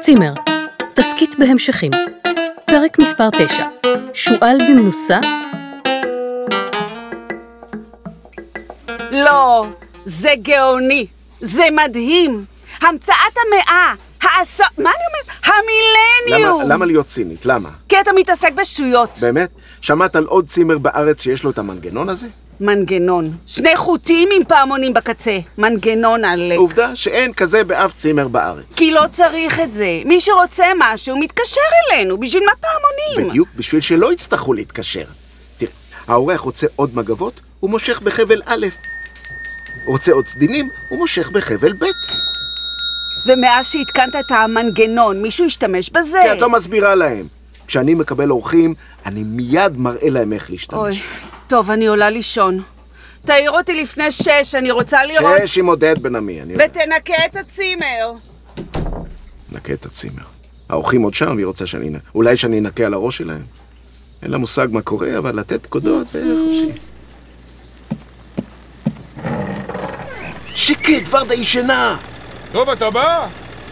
צימר, תסכית בהמשכים, פרק מספר 9, שועל במנוסה, לא, זה גאוני, זה מדהים. המצאת המאה, העשור... מה אני אומרת? המילניום! למה, למה להיות צינית? למה? כי אתה מתעסק בשטויות. באמת? שמעת על עוד צימר בארץ שיש לו את המנגנון הזה? מנגנון. שני חוטים עם פעמונים בקצה. מנגנון עלק. עובדה שאין כזה באף צימר בארץ. כי לא צריך את זה. מי שרוצה משהו מתקשר אלינו. בשביל מה פעמונים? בדיוק בשביל שלא יצטרכו להתקשר. תראה, האורח רוצה עוד מגבות, הוא מושך בחבל א'. רוצה עוד סדינים, הוא מושך בחבל ב'. ומאז שהתקנת את המנגנון, מישהו השתמש בזה? כי את לא מסבירה להם. כשאני מקבל אורחים, אני מיד מראה להם איך אוי, להשתמש. טוב, אני עולה לישון. תעיר אותי לפני שש, אני רוצה לראות... שיש עם עודד בן עמי, אני יודע. ותנקה את הצימר. נקה את הצימר. האורחים עוד שם, היא רוצה שאני... אנ- אולי שאני אנקה על הראש שלהם? אין לה מושג מה קורה, אבל לתת פקודות זה חופשי. שקט, ורדה ישנה! טוב, אתה בא?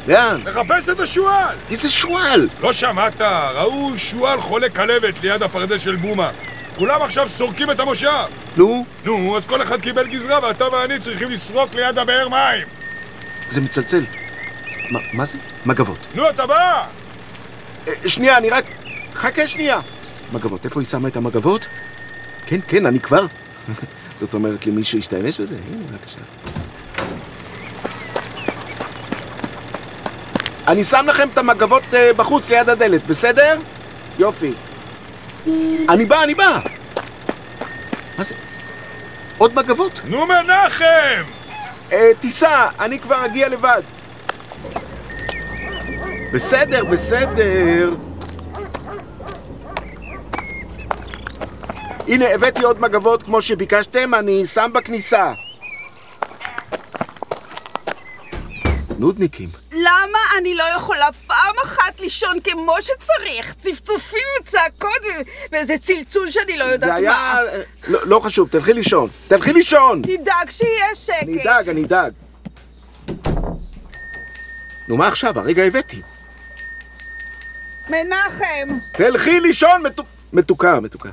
לאן? מחפש את השועל! איזה שועל! לא שמעת? ראו שועל חולה כלבת ליד הפרדס של בומה. כולם עכשיו סורקים את המושב. נו, נו, אז כל אחד קיבל גזרה ואתה ואני צריכים לסרוק ליד הבאר מים. זה מצלצל. מה, מה זה? מגבות. נו, אתה בא? אה, שנייה, אני רק... חכה שנייה. מגבות, איפה היא שמה את המגבות? כן, כן, אני כבר. זאת אומרת לי, מישהו השתמש בזה? הנה, בבקשה. אני שם לכם את המגבות אה, בחוץ ליד הדלת, בסדר? יופי. אני בא, אני בא. מה זה? עוד מגבות? נו, מנחם! אה, תיסע, אני כבר אגיע לבד. בסדר, בסדר. הנה, הבאתי עוד מגבות כמו שביקשתם, אני שם בכניסה. נודניקים. למה אני לא יכולה פעם אחת לישון כמו שצריך? צפצופים וצעקות ו- ואיזה צלצול שאני לא יודעת זה היה... מה. אוקיי. לא, לא חשוב, תלכי לישון. תלכי לישון! תדאג שיהיה שקט. אני אדאג, אני אדאג. נו, מה עכשיו? הרגע הבאתי. מנחם, תלכי לישון, מתוק... מתוקה, מתוקה.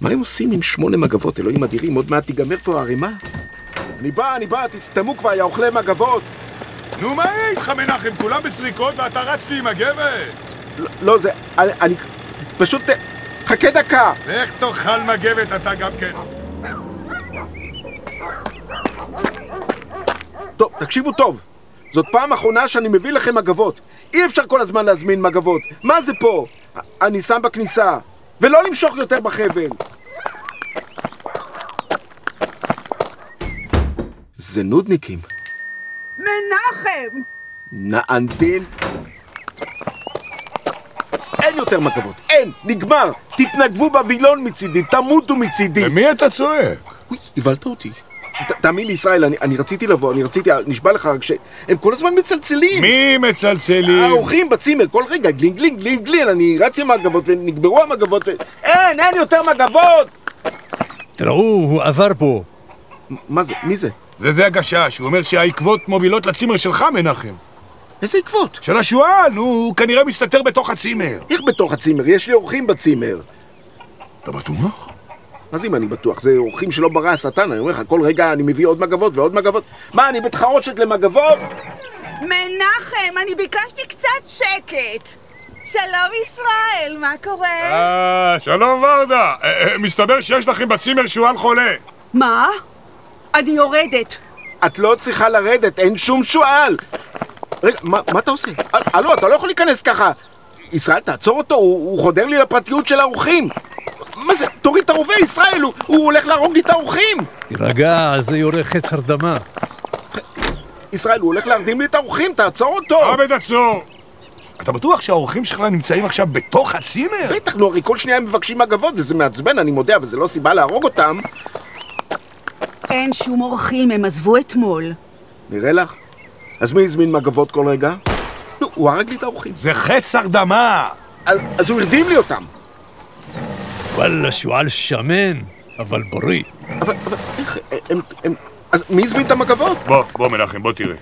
מה הם עושים עם שמונה מגבות? אלוהים אדירים, עוד מעט תיגמר פה הערימה. אני בא, אני בא, תסתמו כבר, יא אוכלי מגבות. נו, מה יהיה איתך, מנחם? כולם בסריקות ואתה רץ לי עם הגברת? לא, לא זה, אני, אני פשוט... ת- חכה דקה. לך תאכל מגבת אתה גם כן. טוב, תקשיבו טוב. זאת פעם אחרונה שאני מביא לכם מגבות. אי אפשר כל הזמן להזמין מגבות. מה זה פה? א- אני שם בכניסה. ולא למשוך יותר בחבל. זה נודניקים. מנחם, נענתין. אין יותר מגבות, אין, נגמר. תתנדבו בווילון מצידי, תמותו מצידי. למי אתה צועק? אוי, הבלת אותי. ת- תאמין לי, ישראל, אני, אני רציתי לבוא, אני רציתי, נשבע לך, רק שהם כל הזמן מצלצלים. מי מצלצלים? האורחים בצימר, כל רגע, גלינג, גלינג, גלינג, גלינג, אני רץ עם המגבות, ונגמרו המגבות. ו- אין, אין יותר מגבות! תראו, הוא עבר פה. מ- מה זה? מי זה? זה זה הגשש, הוא אומר שהעקבות מובילות לצימר שלך, מנחם. איזה עקבות? של השועל, נו, הוא כנראה מסתתר בתוך הצימר. איך בתוך הצימר? יש לי אורחים בצימר. אתה בטוח? מה זה אם אני בטוח? זה אורחים שלא ברא השטן, אני אומר לך, כל רגע אני מביא עוד מגבות ועוד מגבות. מה, אני בתחרושת למגבות? מנחם, אני ביקשתי קצת שקט. שלום ישראל, מה קורה? אה, שלום ורדה. אה, אה, מסתבר שיש לכם בצימר שועל חולה. מה? אני יורדת. את לא צריכה לרדת, אין שום שועל! רגע, מה, מה אתה עושה? הל- הלו, אתה לא יכול להיכנס ככה! ישראל, תעצור אותו, הוא, הוא חודר לי לפרטיות של האורחים! מה זה? תוריד את הרובה, ישראל, הוא, הוא הולך להרוג לי את האורחים! תירגע, זה יורה חץ הרדמה. ישראל, הוא הולך להרדים לי את האורחים, תעצור אותו! עבד עצור. אתה בטוח שהאורחים שלך נמצאים עכשיו בתוך הצימר? בטח, נו, הרי כל שנייה הם מבקשים מגבות, וזה מעצבן, אני מודה, אבל זה לא סיבה להרוג אותם. אין שום אורחים, הם עזבו אתמול. נראה לך? אז מי הזמין מגבות כל רגע? נו, הוא הרג לי את האורחים. זה חץ הרדמה. אז, אז הוא הרדים לי אותם. וואלה, שועל שמן, אבל בריא. אבל, אה, אבל איך, הם, הם... אז מי הזמין את המגבות? בוא, בוא מנחם, בוא תראה.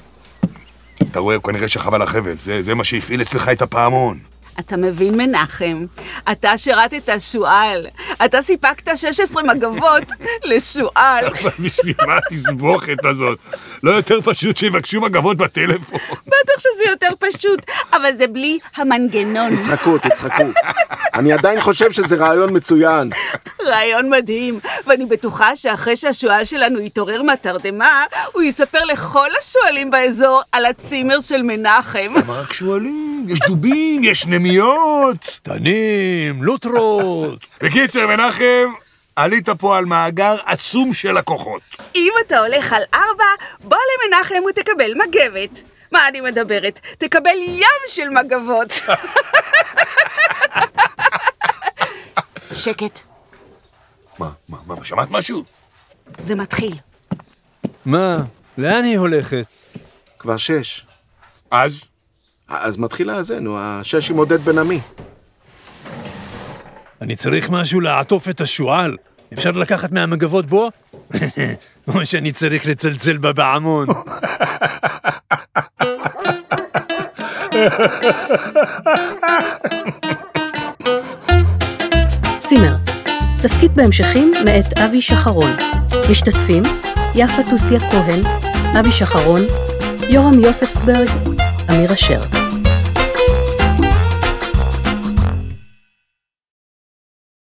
אתה רואה, כנראה שחבל החבל. זה, זה מה שהפעיל אצלך את הפעמון. אתה מבין, מנחם? אתה שירתת שועל. אתה סיפקת 16 מגבות לשועל. נכון. אבל בשביל מה התסבוכת הזאת? לא יותר פשוט שיבקשו מגבות בטלפון. בטח שזה יותר פשוט, אבל זה בלי המנגנון. תצחקו, תצחקו. אני עדיין חושב שזה רעיון מצוין. רעיון מדהים, ואני בטוחה שאחרי שהשועל שלנו יתעורר מהתרדמה, הוא יספר לכל השועלים באזור על הצימר של מנחם. מה רק שועלים? יש דובים, יש נמיות. תנים, לוטרות. בקיצר, מנחם, עלית פה על מאגר עצום של לקוחות. אם אתה הולך על ארבע, בוא למנחם ותקבל מגבת. מה אני מדברת? תקבל ים של מגבות. שקט, מה, מה, מה, שמעת משהו? זה מתחיל. מה, לאן היא הולכת? כבר שש. אה, אז? אז מתחילה זה, נו, השש עם עודד בן עמי. אני צריך משהו לעטוף את השועל. אפשר לקחת מהמגבות בו? או שאני צריך לצלצל בפעמון. צימר, תסכית בהמשכים מאת אבי שחרון. משתתפים יפה תוסיה כהן, אבי שחרון, יורם יוספסברג, אמיר אשר.